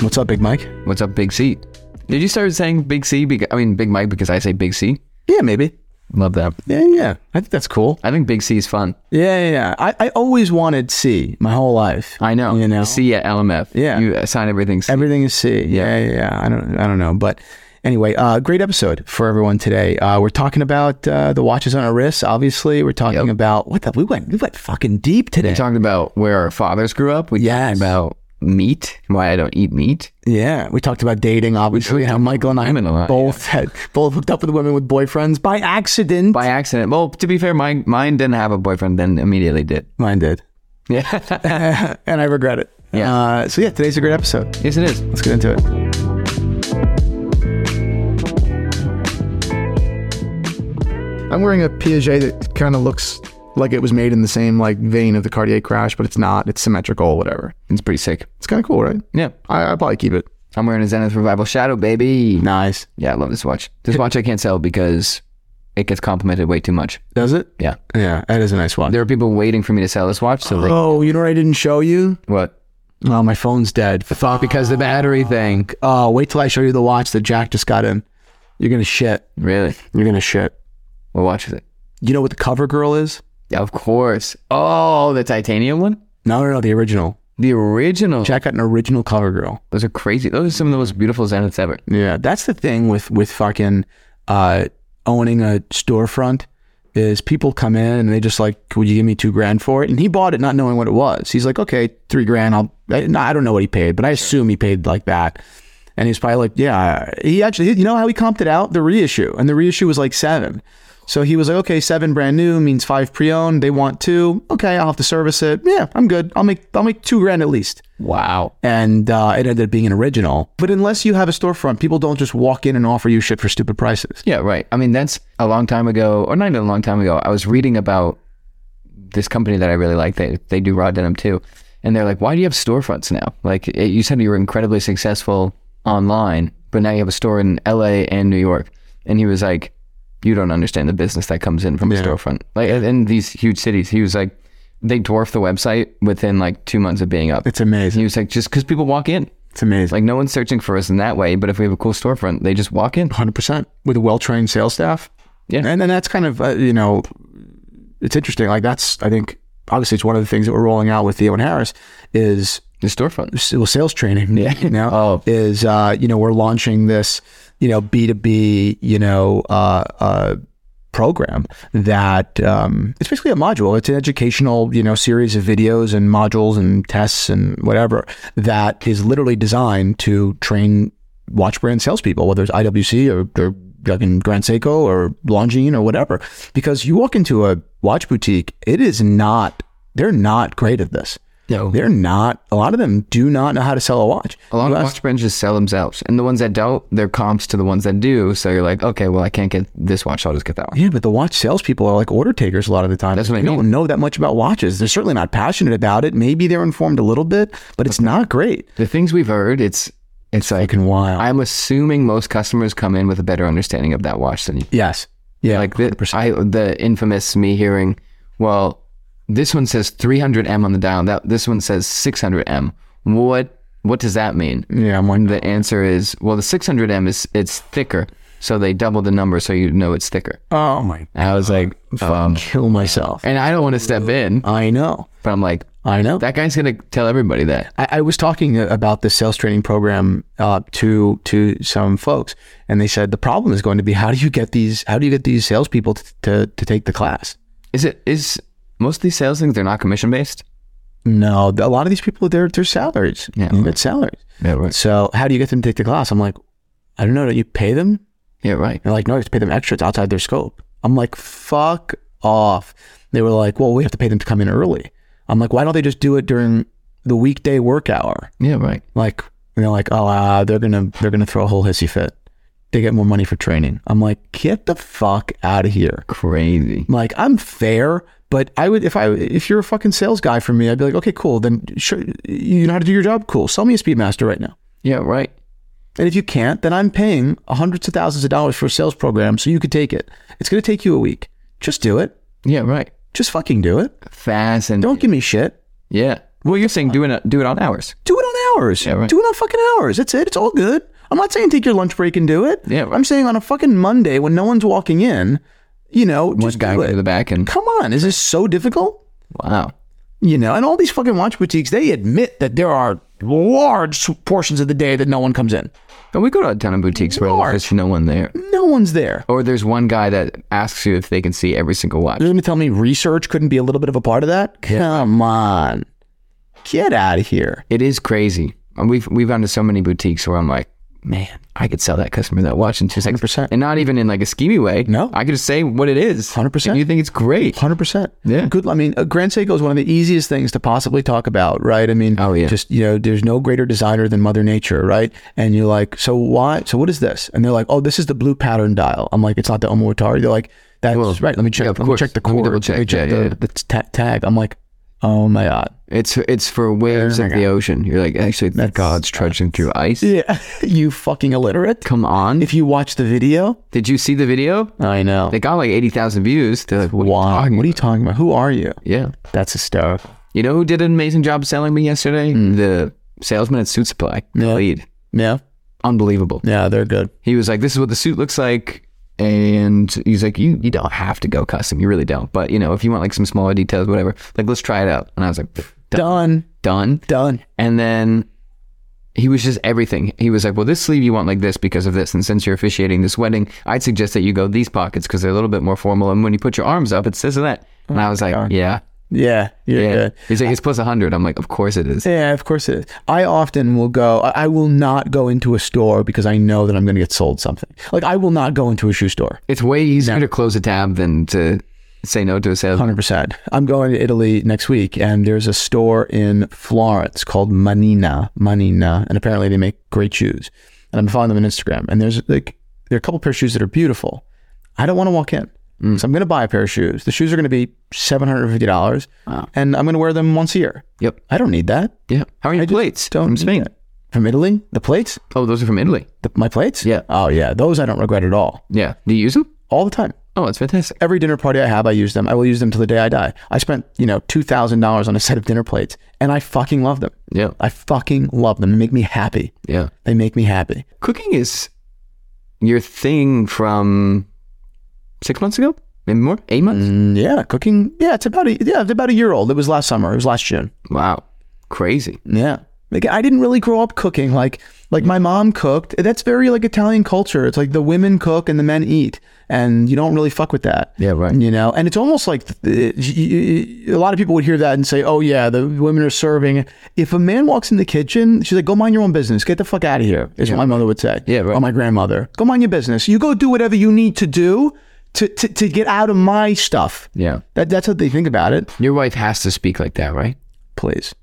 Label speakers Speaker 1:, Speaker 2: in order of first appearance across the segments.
Speaker 1: What's up, Big Mike?
Speaker 2: What's up, Big C? Did you start saying Big C? Because, I mean, Big Mike because I say Big C.
Speaker 1: Yeah, maybe.
Speaker 2: Love that.
Speaker 1: Yeah, yeah. I think that's cool.
Speaker 2: I think Big C is fun.
Speaker 1: Yeah, yeah. yeah. I, I always wanted C my whole life.
Speaker 2: I know.
Speaker 1: You know.
Speaker 2: C at LMF.
Speaker 1: Yeah.
Speaker 2: You assign everything C.
Speaker 1: Everything is C. Yeah, yeah, yeah. I don't, I don't know, but anyway, uh, great episode for everyone today. Uh, we're talking about uh, the watches on our wrists. Obviously, we're talking about what the we went, we went fucking deep today.
Speaker 2: we talked about where our fathers grew up. We
Speaker 1: Yes.
Speaker 2: talked about meat, why I don't eat meat.
Speaker 1: yeah, we talked about dating. Obviously, how Michael and I
Speaker 2: women a lot,
Speaker 1: both had both hooked up with women with boyfriends by accident.
Speaker 2: By accident. Well, to be fair, mine, mine didn't have a boyfriend, then immediately did.
Speaker 1: Mine did,
Speaker 2: Yeah.
Speaker 1: and I regret it.
Speaker 2: Yeah.
Speaker 1: Uh, so yeah, today's a great episode.
Speaker 2: yes, it is.
Speaker 1: Let's get into it.
Speaker 3: I'm wearing a Piaget that kind of looks like it was made in the same like vein of the Cartier crash, but it's not. It's symmetrical, whatever.
Speaker 2: It's pretty sick.
Speaker 3: It's kind of cool, right?
Speaker 2: Yeah.
Speaker 3: I, I probably keep it.
Speaker 2: I'm wearing a Zenith Revival Shadow, baby.
Speaker 1: Nice.
Speaker 2: Yeah, I love this watch. This watch I can't sell because it gets complimented way too much.
Speaker 1: Does it?
Speaker 2: Yeah.
Speaker 1: Yeah, that is a nice watch.
Speaker 2: There are people waiting for me to sell this watch, so they
Speaker 1: oh, you know what I didn't show you?
Speaker 2: what?
Speaker 1: Oh, my phone's dead. Fuck.
Speaker 2: Because the battery thing.
Speaker 1: Oh, wait till I show you the watch that Jack just got in. You're gonna shit.
Speaker 2: Really?
Speaker 1: You're gonna shit.
Speaker 2: What watch is it?
Speaker 1: You know what the cover girl is?
Speaker 2: Yeah, of course. Oh, the titanium one?
Speaker 1: No, no, no, the original.
Speaker 2: The original.
Speaker 1: Jack got an original cover girl.
Speaker 2: Those are crazy. Those are some of the most beautiful Zeniths ever.
Speaker 1: Yeah, that's the thing with with fucking uh, owning a storefront is people come in and they just like, would you give me two grand for it? And he bought it not knowing what it was. He's like, okay, three grand. I'll. I, no, I don't know what he paid, but I assume he paid like that. And he's probably like, yeah. He actually, you know how he comped it out? The reissue, and the reissue was like seven. So he was like, okay, seven brand new means five pre-owned. They want two. Okay, I'll have to service it. Yeah, I'm good. I'll make I'll make two grand at least
Speaker 2: Wow.
Speaker 1: and uh, it ended up being an original. But unless you have a storefront, people don't just walk in and offer you shit for stupid prices.
Speaker 2: Yeah, right. I mean, that's a long time ago, or not even a long time ago. I was reading about this company that I really like. They they do raw denim too, and they're like, "Why do you have storefronts now? Like, it, you said you were incredibly successful online, but now you have a store in L.A. and New York." And he was like, "You don't understand the business that comes in from a storefront, like in- in these huge cities." He was like, "They dwarf the website within like two months of being up."
Speaker 1: It's amazing.
Speaker 2: he was like, "Just because people walk in."
Speaker 1: It's amazing.
Speaker 2: Like no one's searching for us in that way, but if we have a cool storefront, they just walk in.
Speaker 1: Like 100% with a well-trained sales staff.
Speaker 2: Yeah.
Speaker 1: And then that's kind of, uh, you know, it's interesting. Like that's, I think, obviously it's one of the things that we're rolling out with Theo and Harris is
Speaker 2: The storefront.
Speaker 1: s- well, sales training. Yeah. You know,
Speaker 2: Oh.
Speaker 1: is, uh, you know, we're launching this, you know, B2B, you know, uh, uh, program that um, it's basically a module. It's an educational, you know, series of videos and modules and tests and whatever that is literally designed to train watch brand salespeople, whether it's IWC or, or fucking Grand Seiko or Longines or whatever. Because you walk into a watch boutique, it is not. They're not great at this.
Speaker 2: No.
Speaker 1: They're not. A lot of them do not know how to sell a watch.
Speaker 2: A lot of watch brands just sell themselves, and the ones that don't, they're comps to the ones that do. So you're like, okay, well, I can't get this watch, so I'll just get that one.
Speaker 1: Yeah, but the watch salespeople are like order takers a lot of the time.
Speaker 2: That's what I
Speaker 1: They don't know that much about watches. They're certainly not passionate about it. Maybe they're informed a little bit, but it's not great.
Speaker 2: The things we've heard, it's it's like
Speaker 1: Fucking wild.
Speaker 2: I'm assuming most customers come in with a better understanding of that watch than you.
Speaker 1: yes. Yeah.
Speaker 2: Like the, I, the infamous me hearing, well, this one says 300m on the dial. That this one says 600m. What what does that mean?
Speaker 1: yeah, I'm
Speaker 2: And
Speaker 1: wondering.
Speaker 2: the answer is, well, the 600m is it's thicker, so they double the number, so you know it's thicker.
Speaker 1: Oh my!
Speaker 2: And I was like, um,
Speaker 1: Kill myself.
Speaker 2: and I don't want to step in,
Speaker 1: I know.
Speaker 2: but I'm like,
Speaker 1: I know.
Speaker 2: that guy's gonna tell everybody that.
Speaker 1: I, I was talking about the sales training program uh, to to some folks, and they said the problem is going to be how do you get these how do you get these salespeople to to, to take the class?
Speaker 2: Is it is most of these sales things they're not commission based?
Speaker 1: No, a lot of these people they're they're salaries.
Speaker 2: Yeah.
Speaker 1: You get salaries.
Speaker 2: Yeah, right.
Speaker 1: So how do you get them to take the class? I'm like, I don't know. Don't you pay them?
Speaker 2: Yeah, right.
Speaker 1: They're like, no, you have to pay them extra. It's outside their scope. I'm like, fuck off. They were like, well, we have to pay them to come in early. I'm like, why don't they just do it during the weekday work hour?
Speaker 2: Yeah, right.
Speaker 1: Like, and they're like, oh, uh, they're gonna they're gonna throw a whole hissy fit. They get more money for training. I'm like, get the fuck out of here.
Speaker 2: Crazy.
Speaker 1: I'm like, I'm fair, but I would if I if you're a fucking sales guy for me, I'd be like, okay, cool. Then sure, you know how to do your job, cool. Sell me a Speedmaster right now.
Speaker 2: Yeah, right.
Speaker 1: And if you can't, then I'm paying hundreds of thousands of dollars for a sales program so you could take it. It's going to take you a week. Just do it.
Speaker 2: Yeah, right.
Speaker 1: Just fucking do it.
Speaker 2: Fast and
Speaker 1: Don't give me shit.
Speaker 2: yeah. Well, you're saying do it do it on hours.
Speaker 1: Do it on hours.
Speaker 2: Yeah, right.
Speaker 1: Do it on fucking hours. That's it. It's all good. I'm not saying take your lunch break and do it.
Speaker 2: Yeah, right.
Speaker 1: I'm saying on a fucking Monday when no one's walking in, you know,
Speaker 2: One
Speaker 1: just
Speaker 2: guy
Speaker 1: do
Speaker 2: go
Speaker 1: it.
Speaker 2: to the back and
Speaker 1: Come on, is this so difficult?
Speaker 2: wow.
Speaker 1: You know, and all these fucking watch boutiques, they admit that there are large portions of the day that no one comes in.
Speaker 2: But we go to a ton of boutiques where
Speaker 1: Lord.
Speaker 2: there's no one there.
Speaker 1: No one's there.
Speaker 2: Or there's one guy that asks you if they can see every single watch.
Speaker 1: You're going to tell me research couldn't be a little bit of a part of that? Come on. Get out of here.
Speaker 2: It is crazy. And We've we've gone to so many boutiques where I'm like, man, I could sell that customer that watch in two seconds,
Speaker 1: 100%.
Speaker 2: and not even in like a schemy way.
Speaker 1: No.
Speaker 2: I could just say what it is.
Speaker 1: 100%.
Speaker 2: And you think it's great?
Speaker 1: Hundred percent.
Speaker 2: Yeah.
Speaker 1: Good. I mean, uh, Grand Seiko is one of the easiest things to possibly talk about, right? I mean,
Speaker 2: Oh, yeah.
Speaker 1: Just you know, there's no greater designer than Mother Nature, right? And you're like, so why? So what is this? And they're like, oh, this is the blue pattern dial. I'm like, it's not the Omoatari. They're like, that's right. Let me check.
Speaker 2: yeah, of
Speaker 1: let me
Speaker 2: course.
Speaker 1: check the
Speaker 2: Let me
Speaker 1: cord.
Speaker 2: double check.
Speaker 1: check
Speaker 2: Yeah,
Speaker 1: the,
Speaker 2: yeah, yeah.
Speaker 1: the ta- tag. I'm like, oh my god.
Speaker 2: It's it's for waves of the ocean. You're like, actually, that God's trudging through ice.
Speaker 1: Yeah. you fucking illiterate.
Speaker 2: Come on.
Speaker 1: If you watch the video,
Speaker 2: Did you see the video?
Speaker 1: I know.
Speaker 2: They got like eighty thousand views. They're like, what? are you
Speaker 1: Why?
Speaker 2: talking
Speaker 1: What are you talking about? Who are you?
Speaker 2: Yeah.
Speaker 1: That's hysterical.
Speaker 2: You know who did an amazing job selling me yesterday? The salesman at Suit Supply.
Speaker 1: Yeah.
Speaker 2: Lead.
Speaker 1: Yeah.
Speaker 2: Unbelievable.
Speaker 1: Yeah. They're good.
Speaker 2: He was like, This is what the suit looks like. And he's like, You you don't have to go custom. You really don't. But you know, if you want like some smaller details, whatever, like let's try it out. And I was like, done.
Speaker 1: Done.
Speaker 2: done.
Speaker 1: Done.
Speaker 2: And then he was just everything. He was like, "Well, this sleeve you want like this because of this, and since you're officiating this wedding, I'd suggest that you go these pockets because they're a little bit more formal. And when you put your arms up, it's this and that." And I was like, "Yeah,
Speaker 1: Oh Yeah. You're
Speaker 2: yeah."
Speaker 1: good.
Speaker 2: He's like, "It's plus hundred. I'm like, "Of course it is."
Speaker 1: Yeah, of course it is. I often will go, I I will not go into a store because I know that I'm going to get sold something. Like, I will not go into a shoe store.
Speaker 2: It's way easier to close a tab than to say no to a sale.
Speaker 1: 100%. I'm going to Italy next week, and there's a store in Florence called Manina. Manina. And apparently they make great shoes. And I'm following them on Instagram. And there's like, there are a couple pair of shoes that are beautiful. I don't want to walk in.
Speaker 2: Mm.
Speaker 1: So I'm going to buy a pair of shoes. The shoes are going to be $750, and I'm going to wear them once a year.
Speaker 2: Yep.
Speaker 1: I don't need that.
Speaker 2: Yeah. How are your plates?
Speaker 1: Don't
Speaker 2: from
Speaker 1: need
Speaker 2: Spain.
Speaker 1: that. From Italy, the plates,
Speaker 2: Oh, those are from Italy.
Speaker 1: The, my plates?
Speaker 2: Yeah.
Speaker 1: Oh, yeah. Those I don't regret at all.
Speaker 2: Yeah. Do you use them?
Speaker 1: All the time.
Speaker 2: Oh, that's fantastic.
Speaker 1: Every dinner party I have, I use them. I will use them till the day I die. I spent, you know, $2,000 on a set of dinner plates and I fucking love them.
Speaker 2: Yeah.
Speaker 1: I fucking love them. They make me happy.
Speaker 2: Yeah.
Speaker 1: They make me happy.
Speaker 2: Cooking is your thing from six months ago, maybe more, eight months.
Speaker 1: Mm, yeah. Cooking. Yeah. It's about a, yeah, it's about a year old. It was last summer. It was last June.
Speaker 2: Wow, crazy.
Speaker 1: Yeah. Like I didn't really grow up cooking like like my mom cooked. That's very like Italian culture. It's like the women cook and the men eat and you don't really fuck with that.
Speaker 2: Yeah, right.
Speaker 1: You know, and it's almost like uh, y- y- a lot of people would hear that and say, "Oh yeah, the women are serving." If a man walks in the kitchen, she's like, "Go mind your own business. Get the fuck out of here," is what my mother would say.
Speaker 2: Yeah, right.
Speaker 1: Or my grandmother, "Go mind your business. You go do whatever you need to do to to, to get out of my stuff."
Speaker 2: Yeah,
Speaker 1: That that's how they think about it
Speaker 2: your wife has to speak like that, right?
Speaker 1: please.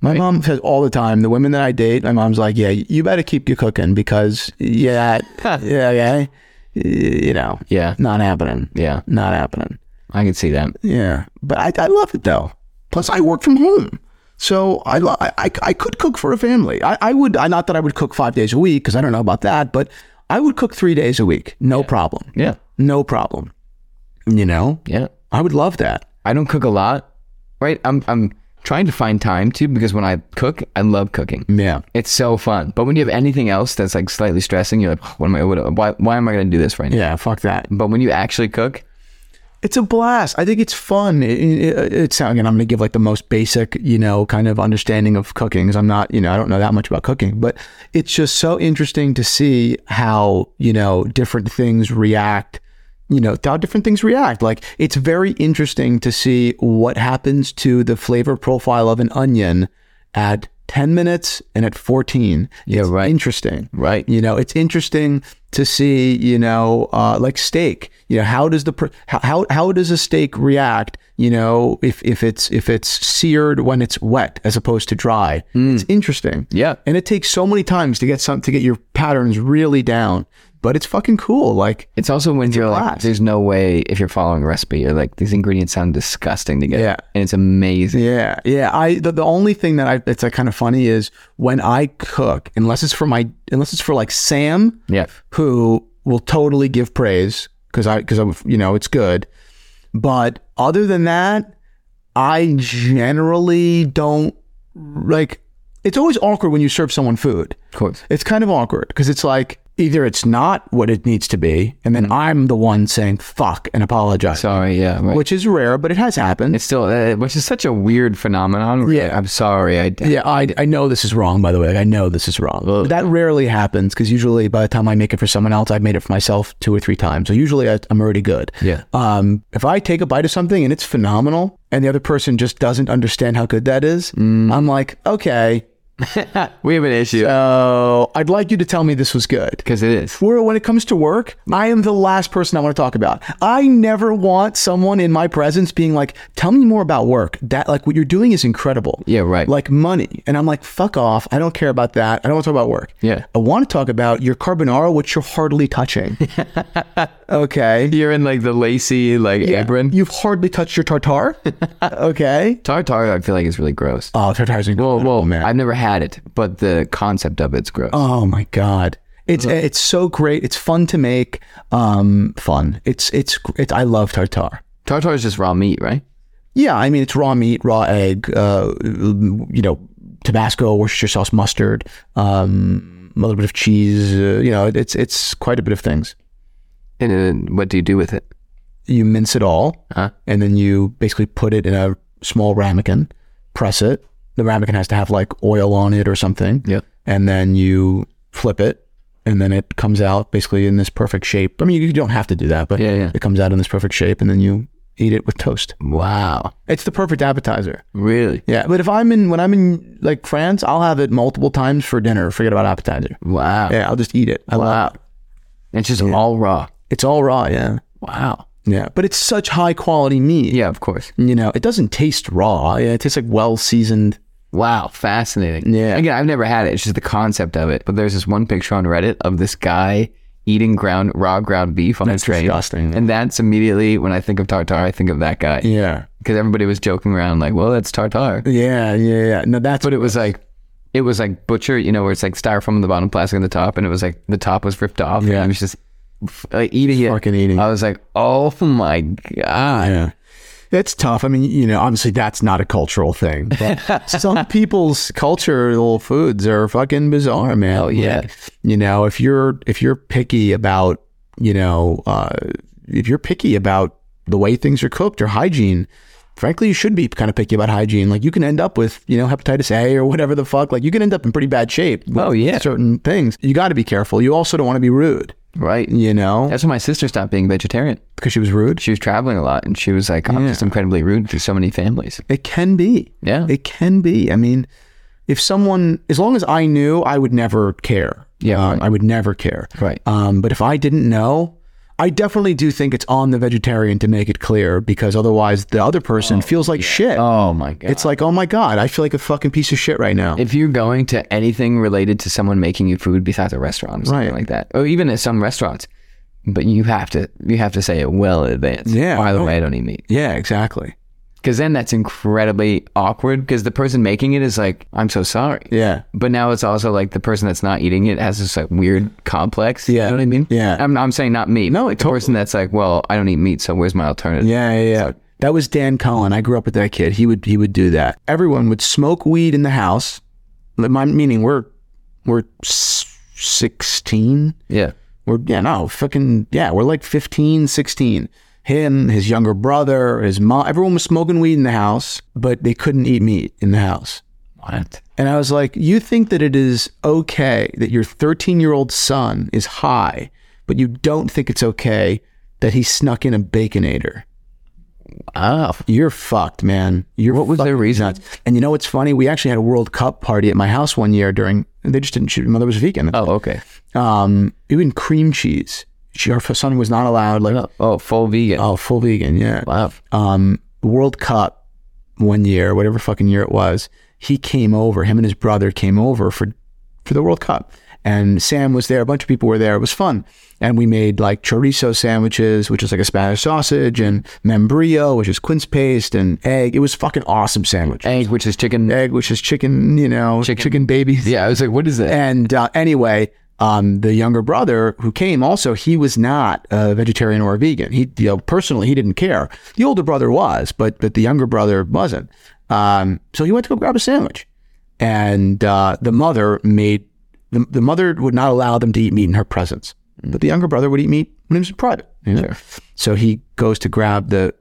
Speaker 1: My mom says all the time, the women that I date, my mom's like, yeah, you better keep your cooking because, yeah, yeah, yeah, you know,
Speaker 2: Yeah,
Speaker 1: not happening.
Speaker 2: yeah,
Speaker 1: Not happening.
Speaker 2: I can see that.
Speaker 1: Yeah. But I, I love it though. Plus, I work from home. So I, lo- I, I, I could cook for a family. I, I would, I, not that I would cook five days a week because I don't know about that, but I would cook three days a week. No problem.
Speaker 2: Yeah,
Speaker 1: No problem. You know,
Speaker 2: yeah.
Speaker 1: I would love that.
Speaker 2: I don't cook a lot, right? I'm I'm trying to find time too because when I cook, I love cooking.
Speaker 1: Yeah.
Speaker 2: It's so fun. But when you have anything else that's like slightly stressing, you're like, "Oh, what am I? What, why why am I going to do this right now?
Speaker 1: Yeah. Fuck that.
Speaker 2: But when you actually cook,
Speaker 1: It's a blast. I think it's fun. It, it, it's and I'm going to give like the most basic, you know, kind of understanding of cooking. 'cause I'm not, you know, I don't know that much about cooking, but it's just so interesting to see how you know different things react. You know how different things react. Like it's very interesting to see what happens to the flavor profile of an onion at 10 minutes and at 14. Yeah, it's
Speaker 2: right.
Speaker 1: Interesting.
Speaker 2: right?
Speaker 1: You know, it's interesting to see, you know, uh, like steak. You know, how does the pr- how, how how does a steak react? You know, if if it's if it's seared when it's wet as opposed to dry,
Speaker 2: Hmm.
Speaker 1: it's interesting.
Speaker 2: Yeah.
Speaker 1: and it takes so many times to get some to get your patterns really down, but it's fucking cool. Like,
Speaker 2: It's also when you're like,
Speaker 1: blast.
Speaker 2: there's no way if you're following a recipe, you're like, these ingredients sound disgusting together.
Speaker 1: Yeah.
Speaker 2: And it's amazing.
Speaker 1: yeah, yeah. I the, the only thing that I it's like kind of funny is when I cook, unless it's for my unless it's for like Sam,
Speaker 2: Yeah.
Speaker 1: who will totally give praise because I because I'm you know it's good, but other than that, I generally don't like. It's always awkward when you serve someone food.
Speaker 2: Of course.
Speaker 1: It's kind of awkward because it's like either it's not what it needs to be, and then I'm the one saying fuck and apologize,
Speaker 2: Sorry, yeah. Right.
Speaker 1: which is rare, but it has happened.
Speaker 2: it's still, uh, which is such a weird phenomenon.
Speaker 1: Yeah.
Speaker 2: I'm sorry. I,
Speaker 1: yeah, I, I know this is wrong, by the way. I know this is wrong. But that rarely happens because usually by the time I make it for someone else, I've made it for myself two or three times. So usually I, I'm already good.
Speaker 2: Yeah.
Speaker 1: Um, if I take a bite of something and it's phenomenal and the other person just doesn't understand how good that is, I'm like, okay,
Speaker 2: we have an issue
Speaker 1: so I'd like you to tell me this was good.
Speaker 2: because it is.
Speaker 1: Where when it comes to work, I am the last person I want to talk about. I never want someone in my presence being like, "Tell me more about work." That like what you're doing is incredible.
Speaker 2: Yeah, right.
Speaker 1: Like money, and I'm like, "Fuck off! I don't care about that. I don't want to talk about work."
Speaker 2: Yeah.
Speaker 1: I want to talk about your carbonara, which you're hardly touching. okay.
Speaker 2: You're in like the lacy like apron.
Speaker 1: You've hardly touched your tartar. okay.
Speaker 2: Tartar, I feel like is really gross.
Speaker 1: Oh, tartar's
Speaker 2: Well,
Speaker 1: incredible,
Speaker 2: well,
Speaker 1: man.
Speaker 2: I've never had it, but the concept of it's gross.
Speaker 1: Oh my god. It's
Speaker 2: Uh-huh.
Speaker 1: it's so great. It's fun to make. Um, fun. It's it's it's. I love tartar.
Speaker 2: Tartar is just raw meat, right?
Speaker 1: Yeah, I mean it's raw meat, raw egg. Uh, you know, Tabasco, Worcestershire sauce, mustard, um, a little bit of cheese. Uh, you know, it's it's quite a bit of things.
Speaker 2: And then what do you do with it?
Speaker 1: You mince it all,
Speaker 2: Huh?
Speaker 1: and then you basically put it in a small ramekin, press it. The ramekin has to have like oil on it or something.
Speaker 2: Yep.
Speaker 1: and then you flip it and then it comes out basically in this perfect shape. I mean, you don't have to do that, but
Speaker 2: Yeah, yeah.
Speaker 1: it comes out in this perfect shape and then you eat it with toast.
Speaker 2: Wow.
Speaker 1: It's the perfect appetizer.
Speaker 2: Really?
Speaker 1: Yeah, but if I'm in when I'm in like France, I'll have it multiple times for dinner. Forget about appetizer.
Speaker 2: Wow.
Speaker 1: Yeah, I'll just eat it. I love it.
Speaker 2: It's just all raw.
Speaker 1: It's all raw, yeah.
Speaker 2: Wow.
Speaker 1: Yeah, but it's such high quality meat.
Speaker 2: Yeah, of course.
Speaker 1: You know, it doesn't taste raw. Yeah, it tastes like well seasoned.
Speaker 2: Wow, fascinating.
Speaker 1: Yeah.
Speaker 2: Again, I've never had it. It's just the concept of it. But there's this one picture on Reddit of this guy eating ground raw ground beef on a train.
Speaker 1: disgusting.
Speaker 2: And that's immediately when I think of tartar, I think of that guy.
Speaker 1: Yeah.
Speaker 2: Because everybody was joking around like, "Well, that's tartar."
Speaker 1: Yeah, yeah, yeah. No, that's
Speaker 2: But it was like it was like butcher, you know, where it's like styrofoam on the bottom, plastic on the top, and it was like the top was ripped off.
Speaker 1: Yeah.
Speaker 2: And it was just f- like eating it.
Speaker 1: Fucking eating.
Speaker 2: I was like, "Oh my god."
Speaker 1: Yeah. It's tough. I mean, you know, obviously that's not a cultural thing, but some people's cultural foods are fucking bizarre, man. Oh
Speaker 2: yeah.
Speaker 1: you know, if you're if you're picky about, you know, uh, if you're picky about the way things are cooked or hygiene, frankly, you should be kind of picky about hygiene. Like you can end up with, you know, hepatitis A or whatever the fuck. Like you can end up in pretty bad shape. with
Speaker 2: Oh, yeah.
Speaker 1: certain things. You got to be careful. You also don't want to be rude.
Speaker 2: Right.
Speaker 1: You know,
Speaker 2: That's when my sister stopped being vegetarian.
Speaker 1: because she was rude.
Speaker 2: She was traveling a lot, and she was like, "I'm just incredibly rude to so many families."
Speaker 1: It can be.
Speaker 2: Yeah.
Speaker 1: It can be. I mean, if someone, as long as I knew, I would never care.
Speaker 2: Yeah,
Speaker 1: Um,
Speaker 2: right.
Speaker 1: I would never care.
Speaker 2: Right.
Speaker 1: Um, but if I didn't know, I definitely do think it's on the vegetarian to make it clear because otherwise the other person feels like shit.
Speaker 2: Oh my god.
Speaker 1: It's like, oh my God, I feel like a fucking piece of shit right now.
Speaker 2: if you're going to anything related to someone making you food besides a restaurant or something
Speaker 1: Right.
Speaker 2: like that, or even at some restaurants, but you have to you have to say it well in advance.
Speaker 1: Yeah.
Speaker 2: By the way, I don't eat meat
Speaker 1: yeah, exactly.
Speaker 2: because then that's incredibly awkward because the person making it is like, "I'm so sorry."
Speaker 1: Yeah.
Speaker 2: But now it's also like the person that's not eating it has this like weird complex.
Speaker 1: Yeah.
Speaker 2: You know what I mean?
Speaker 1: Yeah.
Speaker 2: I'm, I'm saying not me.
Speaker 1: No,
Speaker 2: like the person that's like, well, I don't eat meat, so where's my alternative?
Speaker 1: Yeah, yeah, yeah. That was Dan Cullen. I grew up with that kid. He would he would do that. Everyone would smoke weed in the house. My meaning we're we're s- 16
Speaker 2: Yeah.
Speaker 1: We're, yeah, no, fucking, yeah, we're like 15, 16. Him, his younger brother, his mom, everyone was smoking weed in the house, but they couldn't eat meat in the house.
Speaker 2: What?
Speaker 1: And I was like, you think that it is okay that your 13 year old son is high, but you don't think it's okay that he snuck in a baconator.
Speaker 2: Oh.
Speaker 1: You're fucked, man. You're
Speaker 2: What was their
Speaker 1: fucking
Speaker 2: reason?
Speaker 1: nuts. And you know what's funny? We actually had a World Cup party at my house one year during, they just didn't shoot. My mother was vegan.
Speaker 2: Oh, okay.
Speaker 1: Um, even cream cheese. She, her son was not allowed, like,
Speaker 2: Oh, full vegan.
Speaker 1: Oh, full vegan, yeah.
Speaker 2: Wow.
Speaker 1: Um, World Cup one year, whatever fucking year it was, he came over. Him and his brother came over for for the World Cup, and Sam was there. A bunch of people were there. It was fun, and we made like chorizo sandwiches, which is like a Spanish sausage, and membrillo, which is quince paste, and egg. It was fucking awesome sandwich.
Speaker 2: Egg, which is chicken.
Speaker 1: Egg, which is chicken, you know, chicken, babies.
Speaker 2: Yeah, I was like, what is that?
Speaker 1: And uh, anyway, um, the younger brother who came also, he was not a vegetarian or a vegan. He, you know, personally, he didn't care. The older brother was, but but the younger brother wasn't. Um, so he went to go grab a sandwich, and uh, the mother made the, the mother would not allow them to eat meat in her presence, but the younger brother would eat meat when he was in private. you know? So he goes to grab the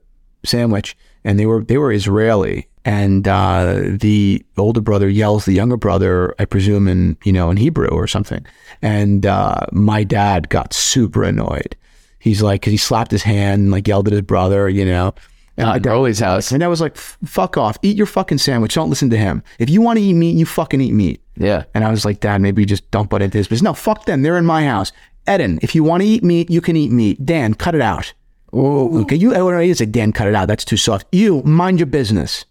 Speaker 1: sandwich, and they were they were Israeli, and uh, the older brother yells the younger brother, I presume in you know in Hebrew or something, and uh, my dad got super annoyed. He's like, 'cause he slapped his hand and like yelled at his brother, you know. And I-
Speaker 2: At Uh, Broly's house.
Speaker 1: and I was like, "F- fuck off. Eat your fucking sandwich. Don't listen to him. If you want to eat meat, you fucking eat meat.
Speaker 2: Yeah.
Speaker 1: And I was like, Dad, maybe you just don't butt into this. But no, fuck them. They're in my house. Eden, if you want to eat meat, you can eat meat. Dan, cut it out. Okay, you oh, already said, Dan, cut it out. That's too soft. You, mind your business.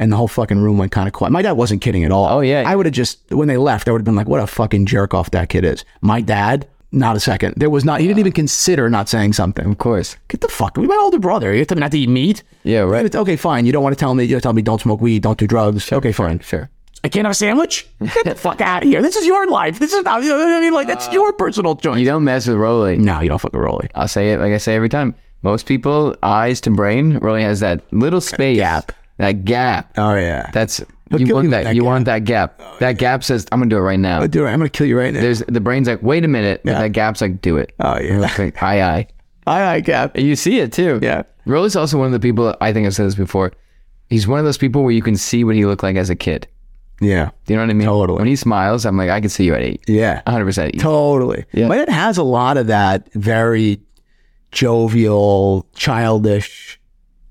Speaker 1: And the whole fucking room went kind of quiet. My dad wasn't kidding at all.
Speaker 2: Oh, yeah.
Speaker 1: I would have just, when they left, I would have been like, what a fucking jerk off that kid is. My dad, not a second. There was not, he didn't even consider not saying something.
Speaker 2: Of course.
Speaker 1: Get the fuck. My older brother. You tell me not to eat meat.
Speaker 2: Yeah, right.
Speaker 1: It's- okay, fine. You don't want to tell me. You tell me don't smoke weed, don't do drugs. okay, fine.
Speaker 2: Sure.
Speaker 1: I can't have a sandwich. Get the fuck out of here. This is your life. This is not. You know what I mean, like that's your personal choice.
Speaker 2: You don't mess with Roly.
Speaker 1: no, you don't fuck a rolly.
Speaker 2: I'll say it like I say every time. Most people, eyes to brain, Roly has that little space.
Speaker 1: Gap.
Speaker 2: That gap.
Speaker 1: Oh yeah.
Speaker 2: That's
Speaker 1: give
Speaker 2: you want
Speaker 1: you
Speaker 2: that,
Speaker 1: that
Speaker 2: you
Speaker 1: gap.
Speaker 2: want that gap. Oh, that gap says, I'm gonna do it right now.
Speaker 1: Dude, I'm gonna kill you right now.
Speaker 2: There's the brain's like, wait a minute. but That gap's like, do it.
Speaker 1: oh yeah.
Speaker 2: Like, aye aye.
Speaker 1: Aye, aye, Cap.
Speaker 2: And you see it too.
Speaker 1: Yeah.
Speaker 2: Roly's also one of the people I think I've said this before. He's one of those people where you can see what he looked like as a kid.
Speaker 1: Yeah.
Speaker 2: Do you know what I mean?
Speaker 1: Totally.
Speaker 2: When he smiles, I'm like, I can see you at eight.
Speaker 1: Yeah.
Speaker 2: 100 percent
Speaker 1: Totally.
Speaker 2: Yeah.
Speaker 1: But it has a lot of that very jovial, childish.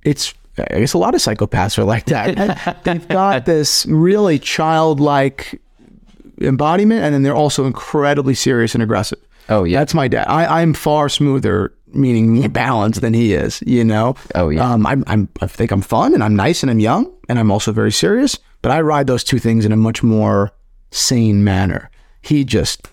Speaker 1: It's I guess a lot of psychopaths are like that. They've got this really childlike embodiment, and then they're also incredibly serious and aggressive.
Speaker 2: Oh yeah.
Speaker 1: That's my dad. I, I'm far smoother, meaning more balanced than he is. You know.
Speaker 2: Oh, yeah.
Speaker 1: Um, I'm, I'm. I think I'm fun, and I'm nice, and I'm young, and I'm also very serious. But I ride those two things in a much more sane manner. He just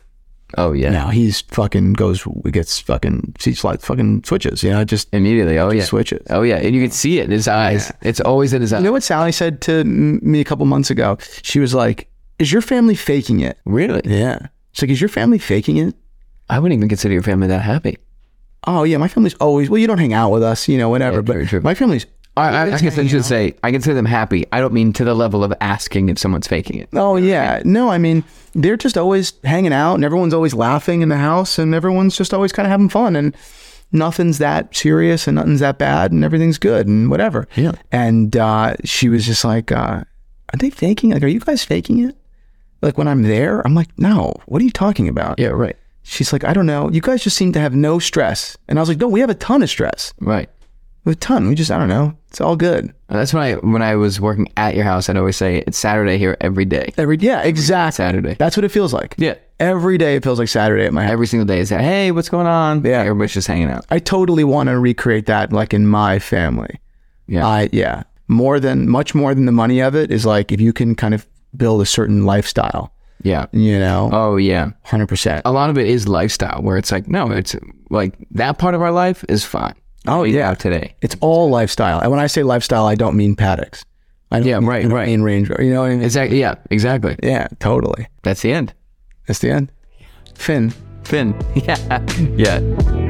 Speaker 2: oh yeah.
Speaker 1: now he's fucking goes gets fucking seats like fucking switches. You know, just
Speaker 2: Immediately. Oh yeah.
Speaker 1: switches.
Speaker 2: Oh yeah. And you can see it in his eyes. It's always in his eyes.
Speaker 1: You know what Sally said to m- me a couple months ago? She was like, "Is your family faking it?"
Speaker 2: Really?
Speaker 1: Yeah. She's like, "Is your family faking it?"
Speaker 2: I wouldn't even consider your family that happy.
Speaker 1: Oh yeah, my family's always well. You don't hang out with us, you know, whatever. but
Speaker 2: true, true.
Speaker 1: my family's
Speaker 2: I, I, I guess I should say I consider them happy. I don't mean to the level of asking if someone's faking it.
Speaker 1: Oh yeah, no, I mean they're just always hanging out, and everyone's always laughing in the house, and everyone's just always kind of having fun, and nothing's that serious, and nothing's that bad, and everything's good, and whatever.
Speaker 2: Yeah.
Speaker 1: And uh, she was just like, uh, "Are they faking? Like, are you guys faking it? Like when I'm there, I'm like, no. What are you talking about?
Speaker 2: Yeah. Right.
Speaker 1: She's like, I don't know. You guys just seem to have no stress, and I was like, no, we have a ton of stress,
Speaker 2: Right.
Speaker 1: we have a ton. We just, I don't know. It's all good.
Speaker 2: And that's when I when I was working at your house, I'd always say it's Saturday here every day.
Speaker 1: Every yeah, exactly.
Speaker 2: Saturday.
Speaker 1: That's what it feels like.
Speaker 2: Yeah.
Speaker 1: Every day it feels like Saturday at my house.
Speaker 2: Every single day is that. Hey, what's going on? Yeah. Everybody's just hanging out.
Speaker 1: I totally want to recreate that, like in my family.
Speaker 2: Yeah.
Speaker 1: I yeah, more than much more than the money of it is like if you can kind of build a certain lifestyle,
Speaker 2: Yeah.
Speaker 1: you know,
Speaker 2: Oh yeah.
Speaker 1: hundred percent.
Speaker 2: A lot of it is lifestyle, where it's like, no, it's like that part of our life is fine.
Speaker 1: Oh yeah,
Speaker 2: Today.
Speaker 1: it's all lifestyle. And when I say lifestyle, I don't mean paddocks. I don't
Speaker 2: Yeah,
Speaker 1: mean,
Speaker 2: right,
Speaker 1: I don't
Speaker 2: right.
Speaker 1: mean Range Rover. You know what I mean?
Speaker 2: Exactly. Yeah. Exactly.
Speaker 1: yeah, totally.
Speaker 2: That's the end.
Speaker 1: That's the end. Finn.
Speaker 2: Finn. Yeah. yeah.